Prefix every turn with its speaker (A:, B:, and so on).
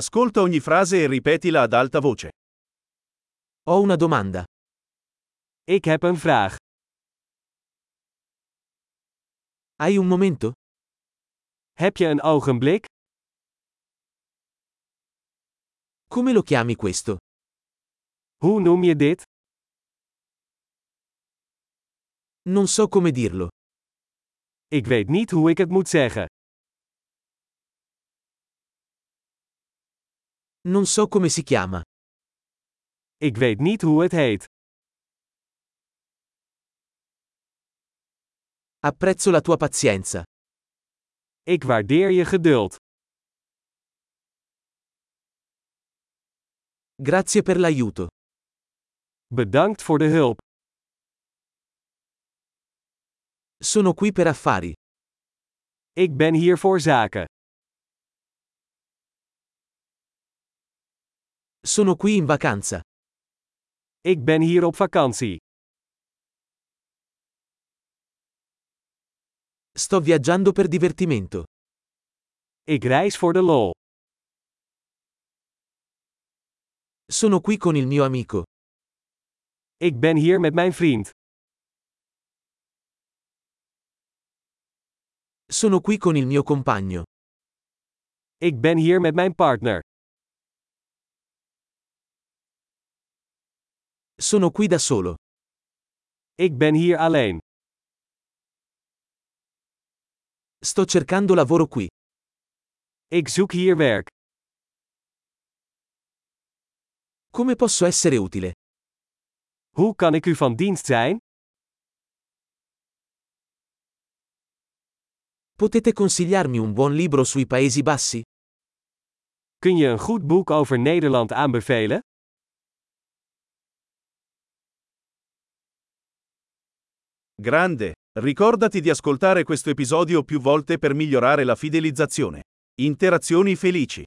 A: Ascolta ogni frase e ripetila ad alta voce.
B: Ho una domanda.
C: Ik heb een vraag.
B: Hai un momento?
C: Heb je een ogenblik?
B: Come lo chiami questo?
C: Hoe noem je dit?
B: Non so come dirlo.
C: Ik weet niet hoe ik het moet zeggen.
B: Non so come si chiama.
C: Ik weet niet hoe het heet.
B: Apprezzo la tua pazienza.
C: Ik waardeer je geduld.
B: Grazie per l'aiuto.
C: Bedankt voor de hulp.
B: Sono qui per affari.
C: Ik ben hier voor zaken.
B: Sono qui in vacanza.
C: Ik ben hier op vakantie.
B: Sto viaggiando per divertimento.
C: Ik reis voor de lol.
B: Sono qui con il mio amico.
C: Ik ben hier met mijn vriend.
B: Sono qui con il mio compagno.
C: Ik ben hier met mijn partner.
B: Sono qui da solo.
C: Ik ben hier alleen.
B: Sto cercando lavoro qui.
C: Ik zoek hier werk.
B: Come posso essere utile?
C: Hoe kan ik u van dienst zijn?
B: Potete consigliarmi un buon libro sui Paesi Bassi?
C: Kun je een goed boek over Nederland aanbevelen?
A: Grande, ricordati di ascoltare questo episodio più volte per migliorare la fidelizzazione. Interazioni felici.